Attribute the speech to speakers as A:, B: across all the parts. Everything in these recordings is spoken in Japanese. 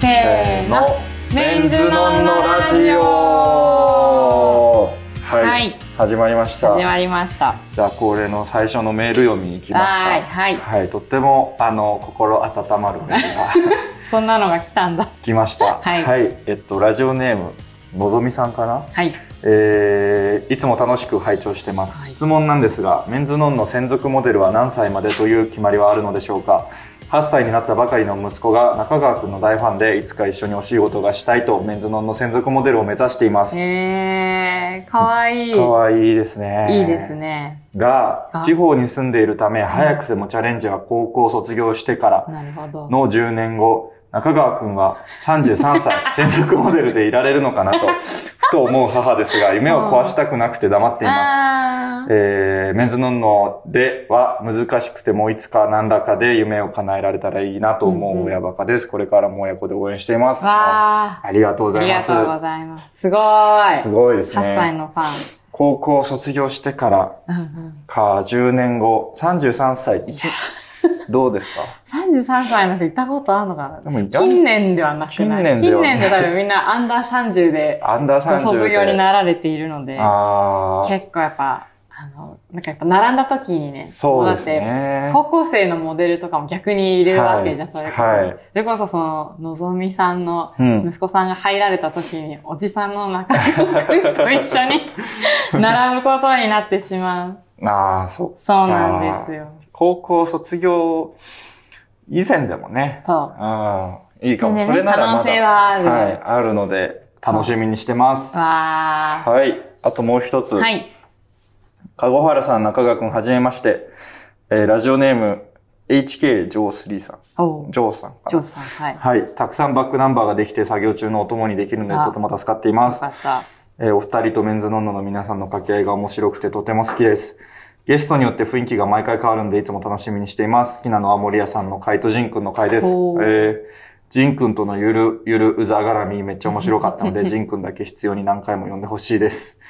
A: せーのメ
B: メン
A: ン
B: ズ
A: ズ
B: ノ
A: ノ
B: ン
A: ン
B: ノ
A: ノ
B: ラ
A: ラ
B: ジ
A: ジ
B: オ
A: オ
B: はい、
A: はい
B: 始まりました
A: 始まりました
B: じゃあ恒例の最初のメール読みに行きますか
A: はいはい
B: とってもあの心温まるメールが
A: そんなのが来たんだ
B: 来ました
A: はい
B: えっとラジオネームのぞみさんかな
A: はい
B: えーいつも楽しく拝聴してます、質問なんですがメンズノンの専属モデルは何歳までという決まりはあるのでしょうか8歳になったばかりの息子が中川君の大ファンでいつか一緒にお仕事がしたいとメンズノンの専属モデルを目指しています
A: えー、かわいい
B: かわいいですね
A: いいですね
B: が
A: が
B: 地方に住んでいるため早くてもチャレンジは高校を卒業してから
A: なるほど
B: の10年後中川君は33歳 専属モデルでいられるのかなとふと思う母ですが夢を壊したくなくて黙っています
A: あー
B: えーメンズノンノでは難しくてもいつか何らかで夢を叶えられたらいいなと思う親バカです。これからも親子で応援しています。あ
A: わ
B: りがとう
A: ーあ
B: ござ
A: り
B: いま
A: が
B: す
A: と。うございますすごーい
B: すごいです
A: 8歳
B: ね。
A: のファ
B: 高校を卒業してから
A: ン、うんうん
B: か10年後、33歳。いけどうです か
A: 33歳の人いたことあるのか
B: でも
A: ない
B: た
A: 近年ではなくない
B: 近年で
A: 近
B: は
A: 年で多分みんなアンダー30で
B: アンダー
A: ご
B: 30で。
A: 卒業になられているので、
B: あー
A: 結構やっぱ、あの、なんかやっぱ並んだ時にね、
B: そ
A: も
B: うです
A: うだって
B: ね。
A: 高校生のモデルとかも逆にいるわけじゃん、
B: はい
A: それこそ。
B: はい
A: それこそその、のぞみさんの
B: うん。
A: 息子さんが入られた時に、おじさんの中野くんと一緒に 並ぶことになってしまう。
B: ああ、そう。
A: そうなんですよ。
B: 高校卒業以前でもね、
A: そう。
B: ああ、いいかも。
A: 全然
B: そ
A: ね
B: れならまだ
A: 可能性はある
B: はい、あるので、楽しみにしてます。
A: わー。
B: はい。あともう一つ。
A: は
B: はい。
A: い。
B: 籠原さん、中川くん、はじめまして。えーラジオネーム、HK ジョー3さん。
A: おう
B: ジョーさんかな
A: ジョーさん、はい。よ
B: はい。たくさんバックナンバーができて作業中のお供にできるので、
A: あ
B: とても助かっています
A: か。った。
B: えーお二人とメンズノンノの皆さんの掛け合いが面白くてとても好きです。ゲストによって雰囲気が毎回変わるんでいつも楽しみにしています。好きなのは森谷さんの回とジンくんの回です。え
A: おー
B: ー、ジンくんとのゆる、ゆるうざがらみめっちゃ面白かったので、ジンくんだけ必要に何回も呼んでほしいです。えー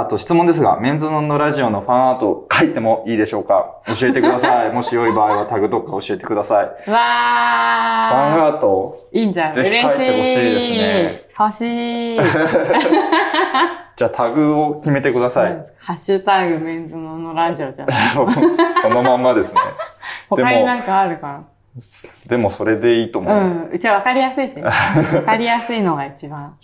B: あと質問ですが、メンズノンノラジオのファンアート書いてもいいでしょうか教えてください。もし良い場合はタグとか教えてください。ファン
A: わー。
B: アート、
A: いいんじゃん。
B: ぜひ書
A: 嬉
B: いてほ
A: し
B: しいですね
A: い。欲 しい。
B: じゃあタグを決めてください。
A: ハッシュタグメンズののラジオじゃない。
B: そのまんまですね。
A: 他になんかあるか
B: でもそれでいいと思い
A: なう
B: ます。
A: ん。うちはわかりやすいしね。わかりやすいのが一番。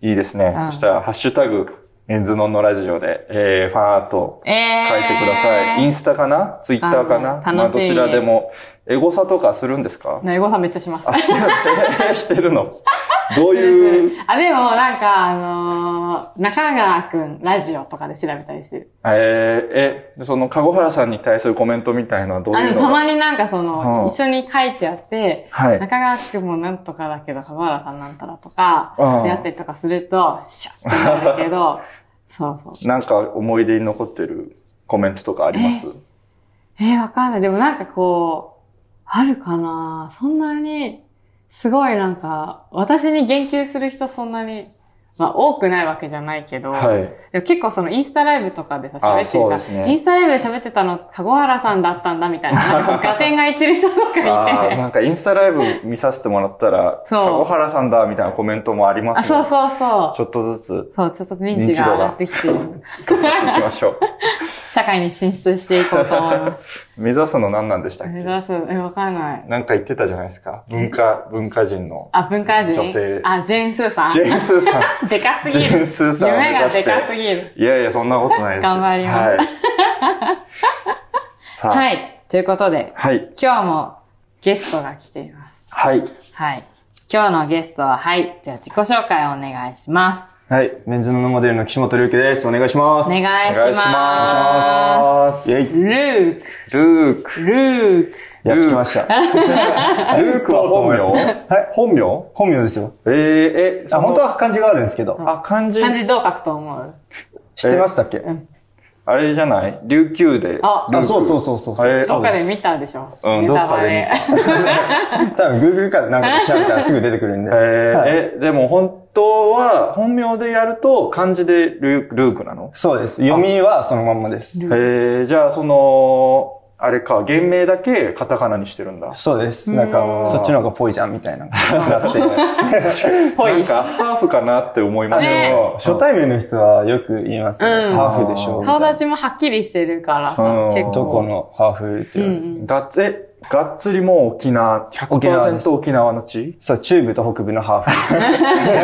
B: いいですね。
A: うん
B: そしたら、ハッシュタグ、メンズノンノラジオで、えー、ファンアート
A: ええー。
B: 書いてください。インスタかなツイッターかな
A: あ
B: まあ
A: 楽し
B: ど
A: み
B: ちらでも。エゴサとかするんですか
A: ねエゴさんめっちゃします。
B: あ、してるして るのどういう、
A: あ、でもなんか、あのー中川くんラジオとかで調べたりしてる。
B: えー、え、その、籠原さんに対するコメントみたいなのはどう
A: あ
B: い
A: で
B: う
A: も
B: の
A: たま
B: が
A: になんかその、
B: うん
A: 一緒に書いてあって、
B: はい。
A: 中川くんもなんとかだけど、笠原さんなんたらとか、
B: うん
A: であったりとかすると、シャッってなるけ ど、そうそう。
B: なんか思い出に残ってるコメントとかあります
A: えー、わかんない。でもなんかこう、あるかなそんなに、すごいなんか、私に言及する人そんなに、まあ多くないわけじゃないけど、
B: はい。
A: でも結構そのインスタライブとかでさ、喋
B: あ
A: って
B: そうで
A: る
B: す
A: さ、
B: ね
A: インスタライブで喋ってたの、籠原さんだったんだみたいな、 なんかこうガテンが言ってる人とかいて、
B: あーな
A: あ
B: んかインスタライブ見させてもらったら、
A: そう
B: 籠原さんだみたいなコメントもあります
A: そう
B: ね。
A: そうそう。
B: ちょっとずつ
A: そう、ちょっと認知が上がってきてる。
B: 頑張っていきま しょ
A: 社会に進出していこうと思います。
B: う。目指すの何なんでしたっ
A: 目
B: け
A: 指す、え、わかんない。
B: なんか言ってたじゃないですか。文化、文化人の。
A: あ、文化人
B: 女性
A: あ、ジェーン・スーさん。
B: ジェーンスーさん。
A: でかす
B: ジ
A: ぎ
B: ェー
A: る
B: ン。スーさんを目
A: 夢が
B: 指し
A: でかす
B: て。
A: ぎる。
B: いやいや、そんなことないです。
A: 頑張り
B: ます。はい。さ あ。
A: は
B: はい。
A: い。ということで、
B: はい。
A: 今日もゲストが来ています。
B: はい。
A: はい。今日のゲストは、はい。では自己紹介をお願いします。
C: はい、メンズのモデルの岸本龍樹です。お願いします。
A: お願いし
B: お願いし
A: ま
B: ます。イェ
A: す。
B: イ
A: ルーク、
B: ルーク。
A: ルーク。
C: やってきました。
B: ルークは本名
C: はい
B: 本名
C: 本名ですよ。
B: えー、え、そ
C: あ、
B: の
C: 本当は漢字があるんですけど。
B: あ、漢字
A: 漢字どう書くと思う
C: 知ってましたっけ
A: ん
B: あれじゃない琉球で。
A: あ
B: ルー
C: あ、
B: ク
C: そうそうそうそう。
B: えー
A: ど
C: そ
A: っ
C: う
A: かで
C: で。
A: す見たでしょ
B: うん
A: ネタバレ
B: ど。
C: 多分 Google から なんかで調べたらすぐ出てくるんで。
B: えー
C: はい
B: え、でも本当は、本名でやると漢字でルールークなの
C: そうです。読みはそのまんまです。
B: えー、じゃあその、あれか、原名だけカタカナにしてるんだ。
C: そうです。なん
A: う
C: か、
A: ん
C: そっちの方がぽいじゃんみ たいな。なって。
A: ぽ。
B: ないんか、ハーフかなって思いま
C: あ
B: す
A: ね
B: ね。
C: でも、初対面の人はよく言いますね。
A: うん
C: ハーフでしょみたい
A: 顔
C: な
A: 立ちもはっきりしてるからさ
B: うん、
A: 結構。
C: どこのハーフって
A: う
C: い
A: ん
C: う、
A: うん。
B: がっつ、え、がっつりもう沖縄、
C: 沖縄です
B: 100%沖縄の地
C: そう、中部と北部のハー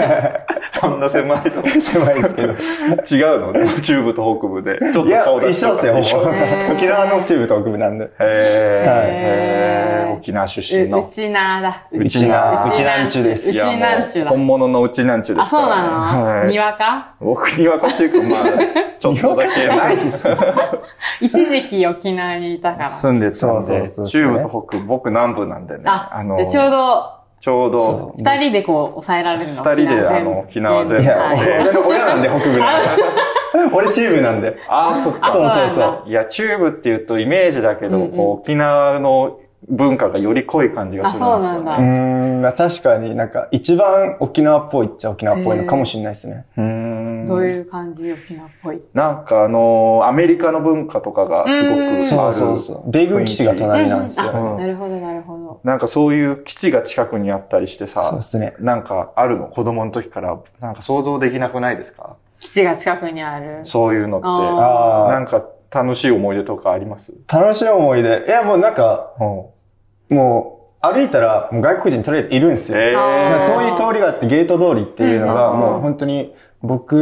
B: そんな狭いと。
C: フ。狭いですけど。
B: 違うのね中部と北部で。ちょっ
C: い
B: と
C: や
B: 顔、出
C: 一
B: し
C: 緒
B: て
C: ですよ、ほぼ
A: へー。
C: 沖縄の中部と北部なんで。
B: へー
A: へー
B: へー沖縄出身
A: う
B: の。
A: ちなーだ。
B: うちな
C: うちなんちゅです
A: うち
B: いやもう
A: なんちゅだ。
B: 本物のうちなんちゅで
A: あ、
B: すか
A: そう
B: らね。
A: なの
B: はい
A: にわか
B: 僕にわかっていうか、 まあ、ちょっとだけ。
C: ないです。
A: 一時期沖縄にいたから。
B: 住んでたん
C: そうそ
B: で、
C: うそうそう
B: 中部と北部、僕南部なんでね。
A: あ、
B: の、
A: でちょうど、
B: ちょうど、
C: そう
A: 二人でこう、抑えられるの。
B: 二人
A: 沖
B: で
A: 縄全
B: あの沖縄全部
C: いや、
A: はい
C: 俺の親なんで北 部なんで。俺中部なんで。
B: ああ、そっ
A: あ、そう
B: か。
A: なんだ。
C: そうそう
B: いや、チューブっていうとイメージだけど、
A: うんうん
B: こう沖縄の文化がより濃い感じがするん
A: あそう
B: です
A: な
B: よ
A: ん
C: う
A: だ
B: ね。
C: ーん、まあ確かになんか一番沖縄っぽいっちゃ沖縄っぽいのかもしれないですね。
B: うー ん
A: どういう感じ沖縄っぽい。
B: なんかあのーアメリカの文化とかがすごく
A: うん
B: あ
C: そう
B: る。
C: そうそう。米軍基地が隣なんですよ。
A: う
B: うん
A: なるほど、なるほど。
B: なんかそういう基地が近くにあったりして
C: そう
B: さ
C: で、すね。
B: なんかあるの子供の時から、なんか想像できなくないですか
A: 基地が近くにある。
B: そういうのって。な
C: あ
B: んか楽しい思い出とかあります
C: あ、楽しい思い出。いや、もうなんか、
B: うん。
C: もう歩いたらもう外国人とりあえずいるんですよ。
B: え
A: あ
C: なん
A: ー
C: かそういう通りがあって、ゲート通りっていうのが、
A: うん
C: もう本当に僕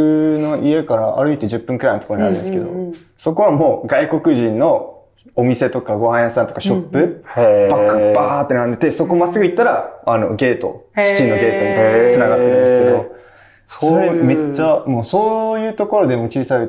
C: の家から歩いて10分くらいのところにあるんですけど、
A: うんうんうん
C: そこはもう外国人のお店とかご飯屋さんとかショップ、
A: うん
B: へ
C: バック
B: ー
C: バーって並んでて、そこまっすぐ行ったら、あの、ゲート、
A: へー
C: 基地のゲートに繋がってるんですけ
B: へー
C: ど、それめっち。ゃ、もうそういうところでも小さい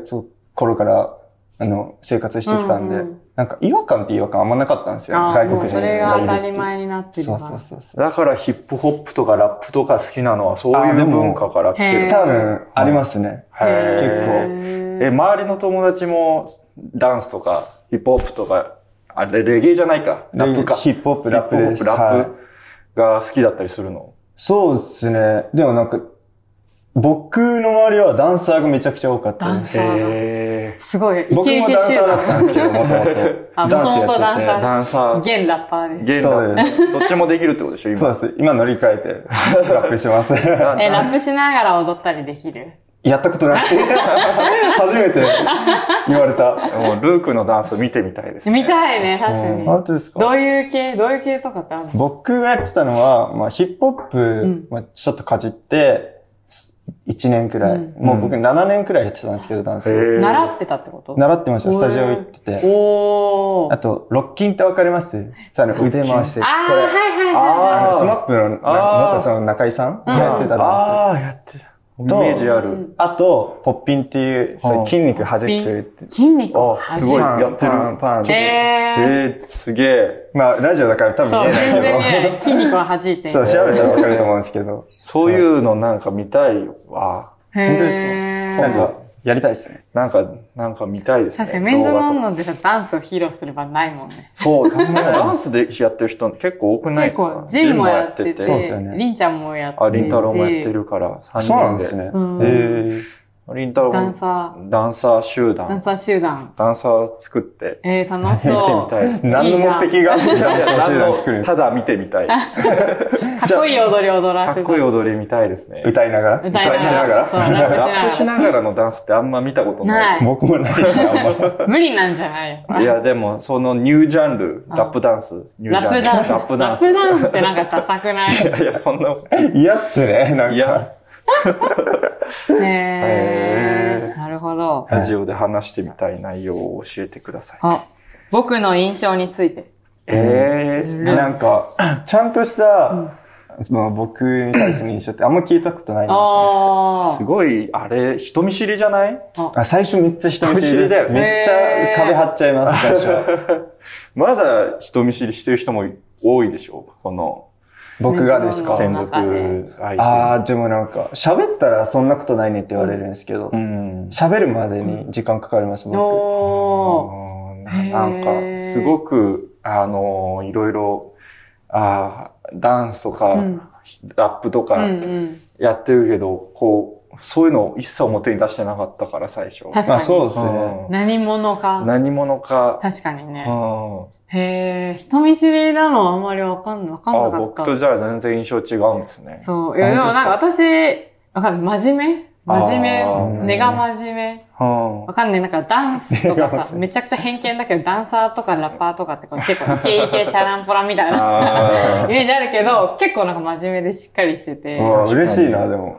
C: 頃から、あの、生活してきたんで、
A: うんうん
C: なんか違和感って違和感あんまなかったんですよ。
A: あー
C: 外国
A: もう
C: 人
A: そ
C: がいるって
A: れ
C: いう
A: が当たり前になってるか
C: そう
A: ら。
C: そうそうそう。
B: だからヒップホップとかラップとか好きなのはそうい
C: あで
B: う
C: も
B: 文化から来てる
A: へー。
C: 多分、ありますね。
B: へー
A: 結
B: え、周りの友達もダンスとかヒップホップとか、あれレゲエじゃないか。ラップか。
C: ヒップホップ、ラップです。
B: ヒップホップラッ
C: はい
B: プが好きだったりするの。
C: そうですね。でもなんか、僕の周りはダンサーがめちゃくちゃ多かったです。
A: ダンサー
B: へ
A: すごい、イ
C: 僕
A: ケイ
C: も
A: ケ
C: ダン
A: 集
C: サーだったん
A: 団。
C: ですけど、もともと
A: あ。元々ダンサー
B: ダンサー。
A: 現ラッパーです。
B: ゲン
C: そうで
B: どっちもできるってことでしょ、今。
C: そうです。今乗り換え て、ラップしてます。
B: な
A: え、ラップしながら踊ったりできる
C: やったことない。 初めて言われた。
B: もうルークのダンス見てみたいですね。
A: 見たいね、確かに。
C: 本当です
A: ど
C: か
A: ういう系どういう系とかってあるの
C: 僕がやってたのは、まあ、ヒップホッ
A: ん
C: プ、まあ、ちょっとかじって、1年くらい。
A: う
C: もう僕7年くらいやってたんですけど、ダン
B: へ
C: ス。
B: ー
A: 習ってたってこと
C: 習ってました。スタジオ行ってて。
A: お
C: あ
A: ー。
C: と、ロッキンってわかりますあの腕回して。
A: あー、はいはいはい
C: あ
B: あー
C: の、スマップの、なん
B: あー
C: 元その中井さん
A: うん
C: がやってたダンス。
B: ああ、やってた。イメージあ
A: うん
B: る。
C: あと、ポッピンっていう、そ
B: あー
C: う筋肉弾く
A: ピン
C: って。
A: 筋肉を
B: あ
A: 弾
B: すごい
A: む。
C: パン
B: やってる
C: パン、パン。
A: えー。
B: えー、すげえ。
C: まあ、ラジオだから多
A: そ
C: 分
A: う、
C: 見え
A: 全然見え
C: な
A: ないい。筋肉を弾いて
C: け
A: る。
C: ど。そう、調べたらわかると思うんですけど。
B: そういうのなんか見たいわ。
A: へー
C: 本当ですかなんか、やりたいですね。
B: なんか、なんか見たいですね。
A: 確かに、メンズ
B: 動画と
A: ノ
B: か
A: ンノンでさ、ダンスを披露する場ないもんね。
B: そう、ダンスでやってる人結構多くないで
A: 結
B: すか
A: 構、ジルもやってて、
C: そうですよね
A: リンちゃんもやってて。
B: あ、りんたろーもやって。るから、3人
C: そうなんですね。へ
A: うん
C: ー
B: りんたろ
A: ダン
B: ー
A: サ
B: も、ダンサー集
A: ー、ダン
B: 団、
A: サー集団。
B: ダンサー作って、
A: えー、楽し
B: 見てみ
A: そ
B: たいですね。
C: 何の目的があって
B: いやいや
C: ダンス集
B: 何
C: 団
B: の
C: 作るんで
B: た
C: すか
B: だ見てみ たい。
A: う。かっこいい踊り踊ら
B: か
A: せて。
B: っこいい踊り見たいですね。
C: 歌いながら
A: 歌いながら。
C: しながら
A: そうラ
B: ラッ
A: ップ
B: プし
A: しなが
B: ながらのダンスってあんま見たこと
A: な
B: ないい。
C: 僕もないですね、あんま
A: ら。無理なんじゃないよ。
B: いや、でも、そのニュージャンル、
A: あ
B: ラップダンス、ニュー
A: ラ
B: ジャ
A: ッ
B: ン
A: プ
B: ル、
A: ダンス。
B: ラップダンス。
A: ラップダンスってなんかダサくない
B: いやいや、そんなこ
C: 嫌っすね、な
B: と。い
C: んか
B: や。、
A: へ
B: へ
A: ー。なるほど。
B: ラジオで話してみたい内容を教えてください。
A: あ、僕の印象について。
B: ええ
A: うん
C: なんか、ちゃんとした、その僕に対しての印象ってあんま聞いたことないな。
A: あ
B: すごい、あれ、人見知りじゃない
C: あ最初めっちゃ人見知り
B: 人見知り
C: で
B: だよ
C: す。
B: ね
C: めっち
A: へー
C: ゃ壁張っちゃいます、最初。
B: まだ人見知りしてる人も多いでしょこの
C: 僕がです
A: あ
C: か。
B: 専属
A: なんか
B: 相
C: あー、でもなんか、喋ったらそんなことないねって言われるんですけど
B: 手。う、ん。
C: 喋るまでに時間かかります、
A: ー。
C: 僕。
A: おー。
B: ななん
A: へ
B: か、
A: ー
B: すごく、あのー、いろいろ、あーダンスとか、
A: うん
B: ラップと
A: うんう
B: か
A: ん。
B: やってるけど、こう、そういうのを一切表に出してなかったから、最初。
A: 確
C: ま
A: か
C: あ
A: に。
C: そうです
B: う
C: ね。
B: ん
A: 何者か。
B: 何者か、
A: 確かにね。
B: う
A: へえ、人見知りなのはあんまりわかん、わかんな
B: あ、
A: かっ
B: 僕と
A: た。
B: じゃあ全然印象違うんですね。
A: そう。いや、
C: あ
A: でも
C: 本当
A: なんか私、わかんない。真面目真
B: あ
A: 面
B: ー
A: 目。根が真面目。
C: は
A: わかんない。なんかダンスと
C: 根が
A: か
C: 真面
A: さ、
C: 目
A: めちゃくちゃ偏見だけど、ダンサーとかラッパーとかってこう結構イケイケチャランポランみたいなイ
B: あ
A: メージあるけど、結構なんか真面目でしっかりしてて。
C: あ、
B: うん
C: 嬉しいな、でも。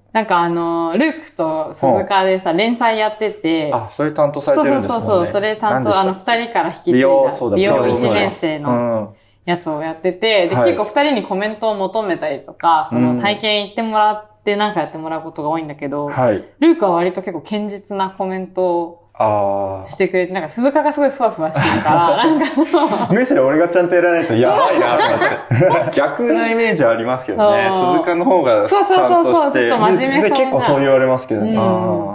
B: ー
A: なんかあの、ルークと鈴鹿でさ、連載やってて、
B: あ、それ担当され
A: そう
B: てるん
A: そう
B: です
A: そ
B: もん
A: う
B: ね。
A: そう、それ担当、あの、二人から引き継いだ
B: 美容、そうだ、
A: 美容
B: そう
A: 一
B: そう
A: 年生の
B: うん
A: やつをやってて、で、
B: はい
A: 結構二人にコメントを求めたりとか、その体験行ってもらってなんかやってもらうことが多いんだけど、
B: はい。
A: ルークは割と結構堅実なコメントを
B: ああ。
A: してくれて、なんか鈴鹿がすごいふわふわしてる から、なんかそう、
C: むしろ俺がちゃんとやらないと、やばいな、と思って。
B: 逆なイメージありますけどね。
A: そう
B: 鈴鹿の方が
A: そうそうそうそう
B: ち
A: ちょっと
B: ゃんとして。
A: 真面目
C: で
A: そうな
C: 結構そう言われますけど
A: うん
C: ね。
B: あ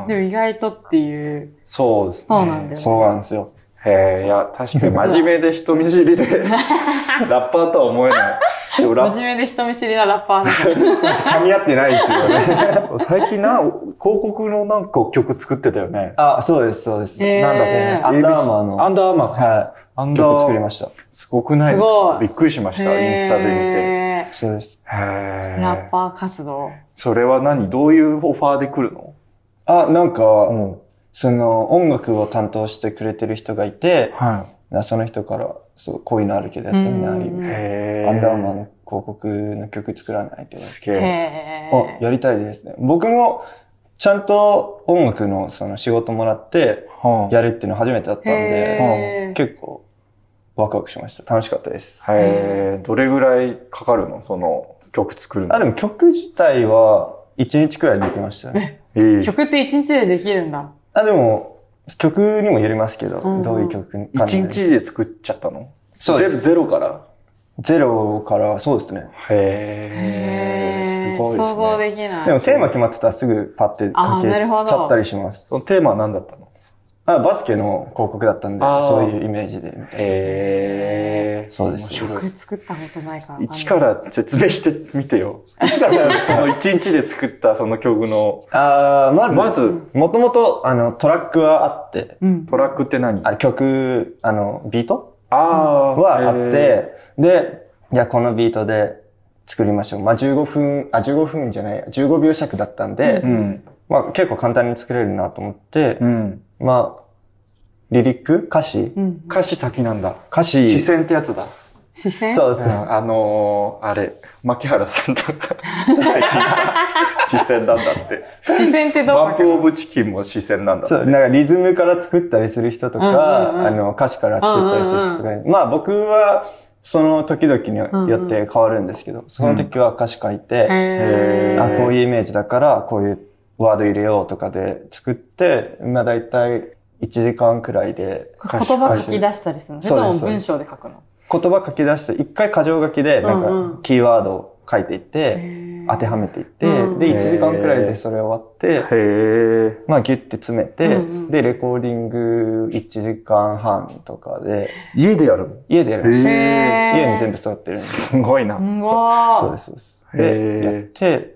B: ー
A: でも意外とっていう、
B: そうですね。
A: そうなんだよ。
C: そうなんですよ。
B: へえ、いや、確かに真面目で人見知 りで、ラッパーとは思えない。でもラッ
A: 真面目で人見知りなラッパーだから。
C: 噛み合ってないですよね。
B: 最近な、広告のなんか曲作ってたよね。
C: あ、そうです、そうです。
A: へー
C: なんだっけ、アンダーアーマーの、
B: アンダーアーマーか。
C: は
B: アン
C: い、
B: ダーアー
C: 曲作り
B: マ
C: ま
B: ー。
C: した。
B: すごくないです
A: す
B: か
A: ごい
B: びっくりしました、 インスタで見て。へ
A: へー
C: そうです。
B: え。
A: ラッパー活動。
B: それは何どういうオファーで来るの
C: あ、なんか、
B: ん。
C: その、音楽を担当してくれてる人がいて、
B: は
C: その人から、そう、こういうのあるけどやってみな
A: うん
B: い。
C: い。
B: へえ。
C: アンダーアーマーの広告の曲作らないけど。
B: すげえ。
A: へ
C: あ、やりたいですね。僕も、ちゃんと音楽のその仕事もらって、
B: はあ
C: やるっていうの初めてだったん
A: へ
C: で、
A: ー
C: うん結構、ワクワクしました。楽しかったです。
B: へえ。どれぐらいかかるのその、曲作るの
C: あ、でも曲自体は、1日くらいできましたね。
B: いい
A: 曲って一日でできるんだ。
C: あ、でも、曲にもよりますけど、
A: うんうん
C: どういう曲に。
B: 一日で作っちゃったの
C: そうです
B: ゼゼロから
C: ゼロから、そうですね。
B: へえ。すごいですね。
A: 想像できない。
C: でもテーマ決まってたらすぐパッて
A: あー
C: 書け
A: なるほど
C: ちゃったりします
B: その。テーマは何だったの
C: あバスケの広告だったんで
B: あー、
C: そういうイメージで、み
B: へ
C: たい
B: え。
C: そうです
B: 面白
A: 曲
B: い
A: 作ったことないから。
B: 一から説明してみてよ。一から、 その一日で作ったその曲の、
C: な。あーまず、
B: まず、
C: もともと、あの、トラックはあって、
A: うん。
B: トラックって何
C: あれ曲、あの、ビート
B: ああ
C: はあっ、て、で、じゃあこのビートで作りましょう。まあ、15分、あ、15分じゃない、15秒尺だったん
B: へ
C: で、
B: ーうん。
C: まあ、結構簡単に作れるなと思って、
B: うん。
C: まあ、リリック歌詞
A: うん。
B: 歌詞先なんだ。
C: 歌
B: 視
C: 詞、そ
B: 線ってやつだ。
A: 視線
C: う
B: う
C: ですね。
B: んあのー、あれ、牧原さんとか、最近、視線なんだって。
A: 視線ってどう
B: バンプオブチキンも視線なんだって
C: そう、なんかリズムから作ったりする人とか、
A: うんうんうん
C: あの、歌詞から作ったりする人とか、まあ僕は、その時々によって変わるんですけど、その時は歌詞書いて、
A: へ
C: あ、
A: ー。
C: こういうイメージだから、こういうワード入れようとかで作って、まあ大体1時間くらいで、
A: 言葉書き出したりするのそれとも
C: そう
A: 文
C: です
A: 章で書くの
C: 言葉書き出して、一回箇条書きで、な
A: うん
C: ん
A: うん
C: か、キーワードを書いていって、当てはめていって、で、
A: うん
C: 1時間くらいでそれ終わって、
B: へえ。
C: まあ、ギュッて詰めて、
A: うんうん
C: で、レコーディング1時間半とかで、
B: 家でやるの
C: 家でやるんですよ。
A: へー
C: 家に全部揃ってるんで。そ
B: すごいな。
A: うんわ。
C: うですす、そうです。
B: へー
C: で、やって、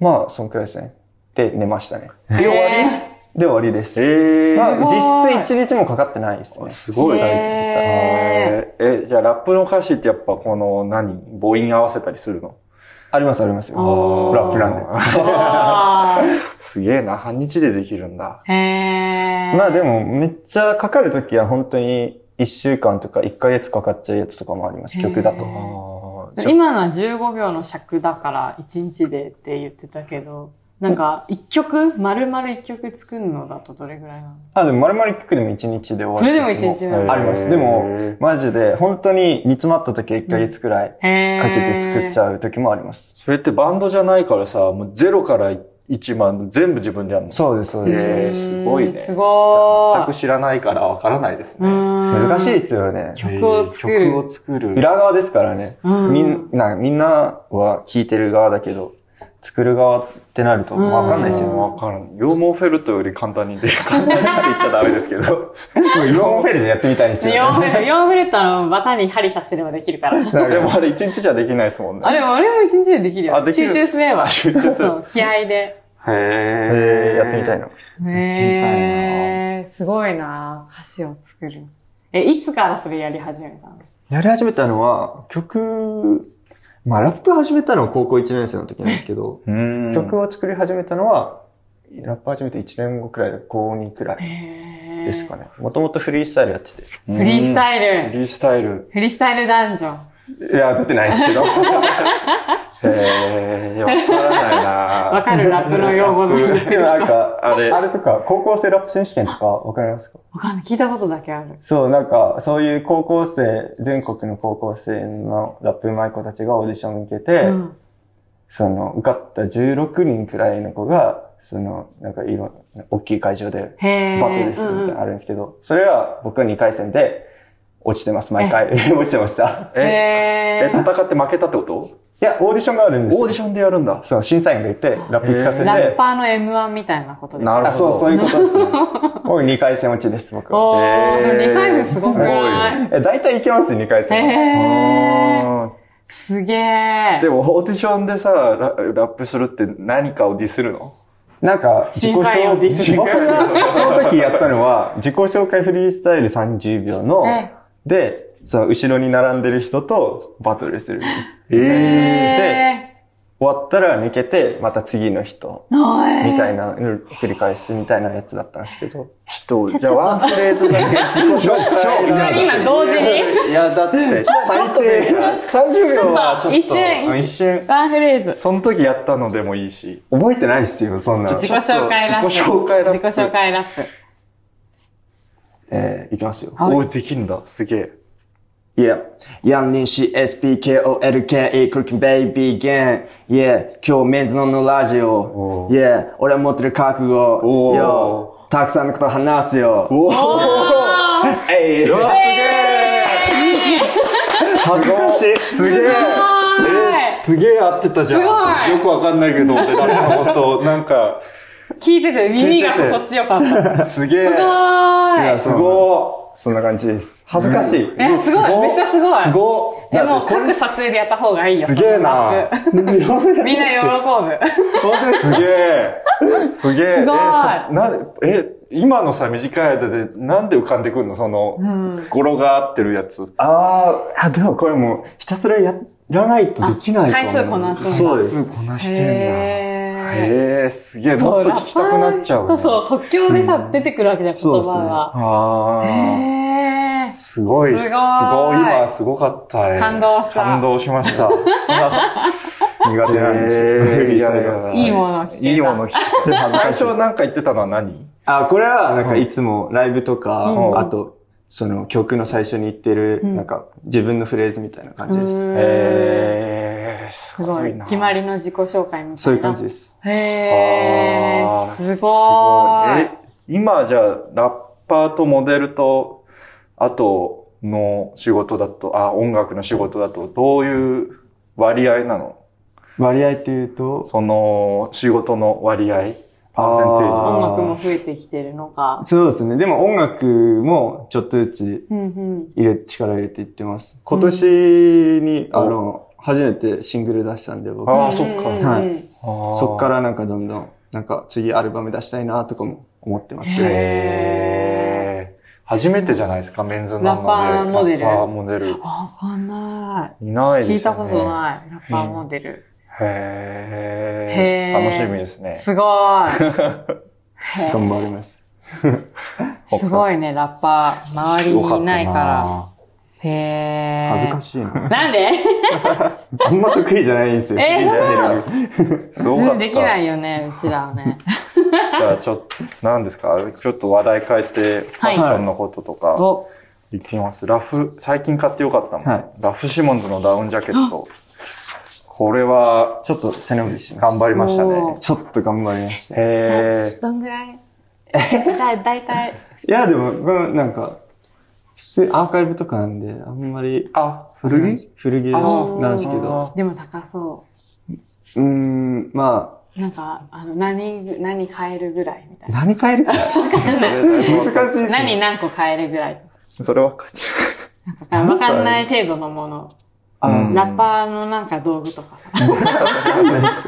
C: まあ、そんくらいですね。で、寝ましたね。
B: で、終わり
C: で、終わりです。
B: え
C: まあ、
A: すごい
C: 実質1日もかかってないですね。
B: すごい。
A: へ
B: えーえ、じゃあラップの歌詞ってやっぱこの何母音合わせたりするの
C: あります、ありますよ。
A: おー
C: ラップなんで。
B: あ
A: うわー
B: ー すげえな、半日でできるんだ。
A: へー。
C: まあ、でも、めっちゃかかるときは本当に1週間とか1ヶ月かかっちゃうやつとかもあります、曲だ
A: へー
C: と。
B: じゃあ
A: 今のは15秒の尺だから1日でって言ってたけど、なんか1曲、丸々1曲作るのだとどれぐらいなの
C: あ、でも、丸々1曲でも1日で終わる。
A: それでも1日な
C: あります。でも、マジで、本当に煮詰まった時は1ヶ月くらい
A: へ
C: かけて作っち
A: ゃう。
C: ゃう時もあります。
B: それってバンドじゃないからさ、もうゼロから1万全部自分でやるの
C: そうです、そう
B: へ
C: で
B: ー
C: す。
B: すごいね
A: すご
B: 全く
A: い。
B: 知らないからわからないですね。
A: 難
C: 難しいですよね。
A: 曲を作る
B: 曲を作る。
C: 裏側ですからね。
A: うん
C: みんな、みんなは聞いてる側だけど、作る側ってなるとわかんないですよね。
B: わからん。羊毛フェルトより簡単にできる。簡単にって言っちゃダメです けど。
C: もうイオンフェルでやってみたいですよ
A: ヨー
C: ね。
A: グルト、ヨーグルトの綿に針刺してればできる から。
B: でもあれ一日じゃできないですもんね。
A: あ、でも俺も一日でできる
B: あ
A: よ。
B: できる
A: 集中すれば。
B: あ集中する
A: そう気合で。
B: へえ
C: えーやってみたい。な。
A: へー。すごいな歌詞を作る。え、いつからそれやり始めたの
C: やり始めたのは、曲、まあ、ラップ始めたのは高校1年生の時なんですけど、
B: うん
C: 曲を作り始めたのは、ラップ始めて1年後くらいで、高2くらい
A: へ
C: ですかね。もともとフリースタイルやってて。
B: フ
A: フリースタイル。
B: フリースタイル。
A: フリースタイルダンジョン。
C: いや、出てないですけ ど。
B: えー、わからな い
A: わ
B: な
A: かるラップの用語の。
C: でもなんか、
B: あれ
C: あれとか、高校生ラップ選手権とかわかりますか
A: わかんない。聞いたことだけある。
C: そう、なんか、そういう高校生、全国の高校生のラップうまい子たちがオーディション受けて、
A: うん。
C: その、受かった16人くらいの子が、その、なんかいろんな、大きい会場で
A: へえ。
C: バトルするみたいなのあるんですけど、それは僕は2回戦で落ちてます、毎回。 落ちてました。
A: うんうん
B: え、え、
A: へえ。
B: 戦って負けたってこと
C: いや、オーディションがあるんですよ
B: オーディションでやるんだ。
C: そう、審査員がいて、ラップ聞かせて、
A: ラッパーの M1 みたいなことです
B: なる
C: あ、そう、そういうことですね。もう2回戦落ちです、僕は。
A: おー、
B: へー
A: 2回目すごくない
C: え、大体いけます、2回戦は。
A: へー。
B: あ
A: すげー。
B: ー でも、オーディションでさラ、ラップするって何かをディスるの
C: なんか、自己紹
A: 審査員をディス
C: 介。
A: る
C: 僕がその時やったのは、自己紹介フリースタイル30秒の
A: え、
C: で、その後ろに並んでる人とバトルする。
B: え
A: へ
C: 終わったら抜けて、また次の人、
A: ー。なえ
C: みたいな、繰り返すみたいなやつだったんですけど。
B: ちょっと、
A: ち
B: じ
A: ょ
B: ゃあワンフレーズだけ自己紹介
C: ちょ
A: 二人今同時に
B: いや、だって、
C: 最低。
B: 30秒はちょっと。
A: 一瞬
B: うん一瞬。
A: ワンフレーズ。
B: その時やったのでもいいし。
C: 覚えてないっすよ、そんなの
A: 自。己紹介ラップ。
B: 自己紹介ラップ
A: 自己紹介ラップ。
C: えー、いきますよ。
A: はい
B: おい、できんだ。すげえ。
C: Yeah. ヤンニン CSPKOLKE クルキンベイビーゲン Yeah. 今日メンズノンのラジオ
B: お
C: Yeah. 俺は持ってる覚悟
B: おー
C: Yo. たくさんのこと話すよ
B: おお
C: えい
B: わすげえ
C: 恥ずかしい
B: すげえ
A: は
B: えすげえ合ってたじゃん。
A: すごい
B: よくわかんないけど、俺らのことを、なんか、
A: い。聞いてて耳が心地よかった。す
B: すげえ。
A: ごーい。
C: す
B: す
C: ご
B: ご
C: そんな感じです。恥ずかしい。
A: えすごい。めっちゃすごい。
B: すごい。
A: え、もう各撮影でやった方がいいよ。
B: すげえな
A: ラップみんな喜ぶ。
B: 本当にすげえ。すげえ。
A: すごい
B: えそなえ、今のさ、短い間で、なんで浮かんでくんのその、語呂が合ってるやつ。
C: あー、あ、でもこれもうひたすらやらないとできないかも。
A: あ回数こなすんだ
C: そうです。
B: すこなしてんだ。へ
A: へー。
B: え、すげえ。
A: そ
B: も
A: う、
B: っと
A: ラ
B: 聞
A: ッ
B: き
A: パ
B: たくなっちゃ
A: ー
B: うね。
A: とそう、即興でさ、出てくるわけじゃん、
C: そう
A: 言
C: ですね
A: 葉が。
B: ああ。
A: へー。
B: すごい。
A: すごい
B: すごい。今、すごかったよ。
A: 感動した
B: 感動しま した。
C: 苦手なんですよ。フリースタイルは。
A: いいものを聞けた
B: いいものを聞け た最初なんか言ってたのは何
C: あ、これは、なんかいつもライブとか、
B: うん
C: あと、その曲の最初に言ってる、
A: うん
C: なんか自分のフレーズみたいな感じです。
A: へー。
B: えー、す
A: すごい。決まりの自己紹介みたいな。
C: そういう感じです。
A: へ
B: あ
A: ー。すご
B: す
A: ー
B: ご
A: い。
B: え、今じゃあ、ラッパーとモデルと、あとの仕事だと、あ、音楽の仕事だと、どういう割合なの
C: 割合っていうと、
B: その、仕事の割合パーセンテー
C: あ
B: ジ
A: 音楽も増えてきてるのか。
C: そうですね。でも音楽もちょっとずつ
A: うんうん。
C: 入れ、力入れていってます。今年に、
B: うん
C: あの、初めてシングル出したんで、僕。
B: あー
A: うん
B: そっか
A: うんうん
C: はいそ
B: そ。
C: っかららなんかどんどん、なんか次アルバム出したいなとかも思ってますけど。
B: へー。初めてじゃないですか、メンズの
A: ラッパーモデル
B: ラッパーモデル。
A: わかんない
B: な
A: い。
B: いですね。
A: 聞いたことない。ラッパーモデル。
B: へ
A: へー
B: ー。楽しみですね。。
A: すごーい。へー
C: 頑張ります。
A: すごいね、ラッパー。周りにいないからら。へー。
C: 恥ずかしいな。
A: なんで
C: あんま得意じゃないんですよ。
A: えー
C: フリースタイル
B: すごかった。
A: できないよね、うちらは ね。
B: じゃあちょっと、何ですかちょっと話題変えて、ファッションのこととか
A: お、
B: 言ってみます。ラフ、最近買ってよかったもん。
C: はい
B: ラフシモンズのダウンジャケット。これは、
C: ちょっと背伸びしま
B: 頑
C: す。
B: 張りました
A: お
B: ね
A: ー。
C: ちょっと頑張りました。い
B: へ
A: どんぐらいだだいたい。
C: や、でも、このなんか、普通アーカイブとかなんで、あんまり
B: ー。あ、
C: 古着古着
B: あ
A: ー
C: なんですけど、
A: でも高そ
C: うん、んまあ、
A: う。なんか、あの、何、何買えるぐらいみたいな。
C: 何買えるか 難しいですね。
A: 何何個買えるぐらい
B: それは勝ち。
A: なんかわかんない程度のもの。
B: うん
A: ラッパーのなんか道具とかさ。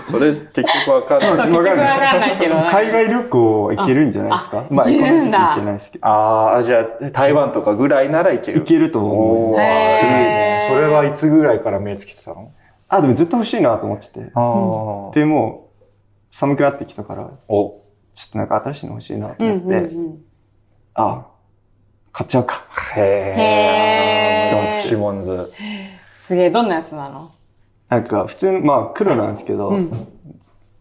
B: それ結局わかんない。
A: 結局わかんないけど。
C: 海外旅行行けるんじゃないですか
A: あ行けるんだ
C: まあ行けないですけど。
B: ああ、じゃあ、台湾とかぐらいならいける。
C: 行けると思う
B: おー。
A: へー
B: すごいねそれはいつぐらいから目つけてたの
C: あ、でもずっと欲しいなと思ってて。
B: ああ。
C: で、もう、寒くなってきたから、
B: お、
C: ちょっとなんか新しいの欲しいなと
A: うん
C: 思っ
A: うんう
C: て、
A: ん。
C: あ、買っちゃうか。
B: へ
A: へ
B: ー。
A: ー
B: シモンズ。
A: すげえ、どんなやつなの
C: なんか、普通の、まあ、黒なんですけど、
A: うん。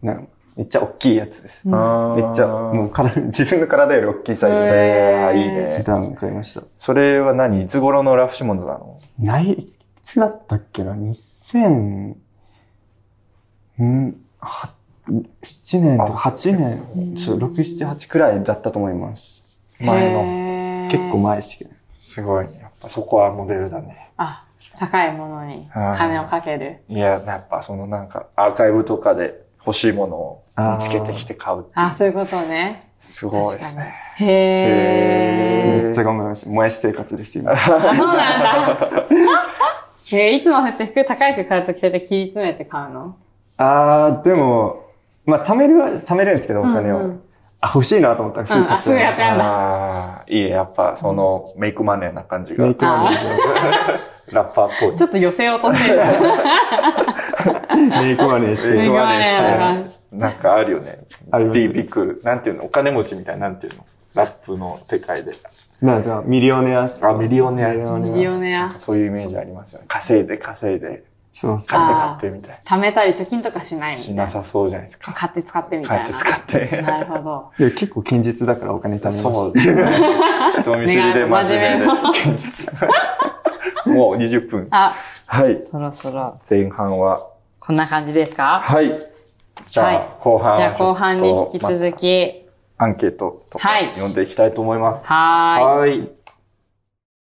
C: なんかめっちゃ大きいやつで
A: う
C: す。
A: ん
C: めっちゃ、もう体、 自分の体より大きいサイズ
A: へ
C: で、
B: へー、いい
C: ギ
B: ね。
C: ターも買いました。
B: それは何いつ頃のラフシモンズなの
C: ない、いつだったっけな ?2000、ん、は7年とか8
A: うん
C: 年、そう、6、7、8くらいだったと思います。
B: 前の。
A: の
C: 結構。前ですけど。
B: すごいね。やっぱそこはモデルだね。
A: あ、高いものに金をかける。
B: いや、やっぱそのなんか、アーカイブとかで欲しいものを
C: あー
B: 見つけてきて買うっていう
A: あ、そういうことね。
B: すごいですね。
A: へ
C: ちょっとめっ
A: え
C: ち。ゃ頑張りました。もやし生活です、今。
A: あ、そうなんだ。えいつもそうやって服高い服買うときそうやって切り詰めて買うの
C: あー、でも、まあ、貯めるは、貯めるんですけど、お金を。
A: うんうん
C: あ、欲しいなと思ったらすぐ買っちゃいま
A: うんあすぐやっちゃ
C: す。
A: なん
B: ああ、いいね。やっぱ、その、メイクマネーな感じが
C: メイ。クマネー
B: ラッパーっぽい。
A: ちょっと寄せようとしてる。
C: して、 メイクマネーし
A: メイ
C: て
A: ク、マネー
B: メイクマネーしてなんかあるよね。
C: あります
B: ビーピック、なんていうのお金持ちみたいな、なんていうのラップの世界で。
C: なんかじゃあ、ミリオネアス。
B: あ、ミリオネア。
A: ミリオネア。
B: そういうイメージありますよね。稼いで稼いで、
C: そうそう。
B: 買
A: あー
B: って買ってみたい
A: 貯めたり貯金とかしない
B: な。
A: み
B: した
A: いな
B: な。さそうじゃないですか。
A: 買って使ってみたい
B: 買
A: な。
B: って使って。
A: なるほど。
C: でも結構堅実だからお金貯めま す。
B: そうで すね。人見知りで真面目で
A: 願い
B: 堅実。もう20分。
A: あ、
B: はい。
A: そろそろ、
B: 前半は
A: こんな感じですか
B: はい。 じゃあ、
A: はい
B: 後半は
A: じゃあ後半に引き
B: ちょっと
A: 続き、
B: まあアンケートとか
A: はい
B: 読んでいきたいと思います。
A: はーい。
B: はい